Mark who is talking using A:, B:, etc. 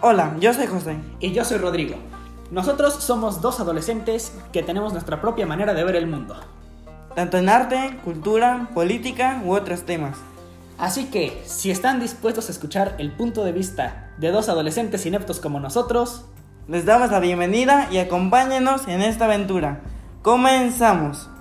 A: Hola, yo soy José.
B: Y yo soy Rodrigo. Nosotros somos dos adolescentes que tenemos nuestra propia manera de ver el mundo.
A: Tanto en arte, cultura, política u otros temas.
B: Así que, si están dispuestos a escuchar el punto de vista de dos adolescentes ineptos como nosotros,
A: Les damos la bienvenida y acompáñenos en esta aventura. Comenzamos.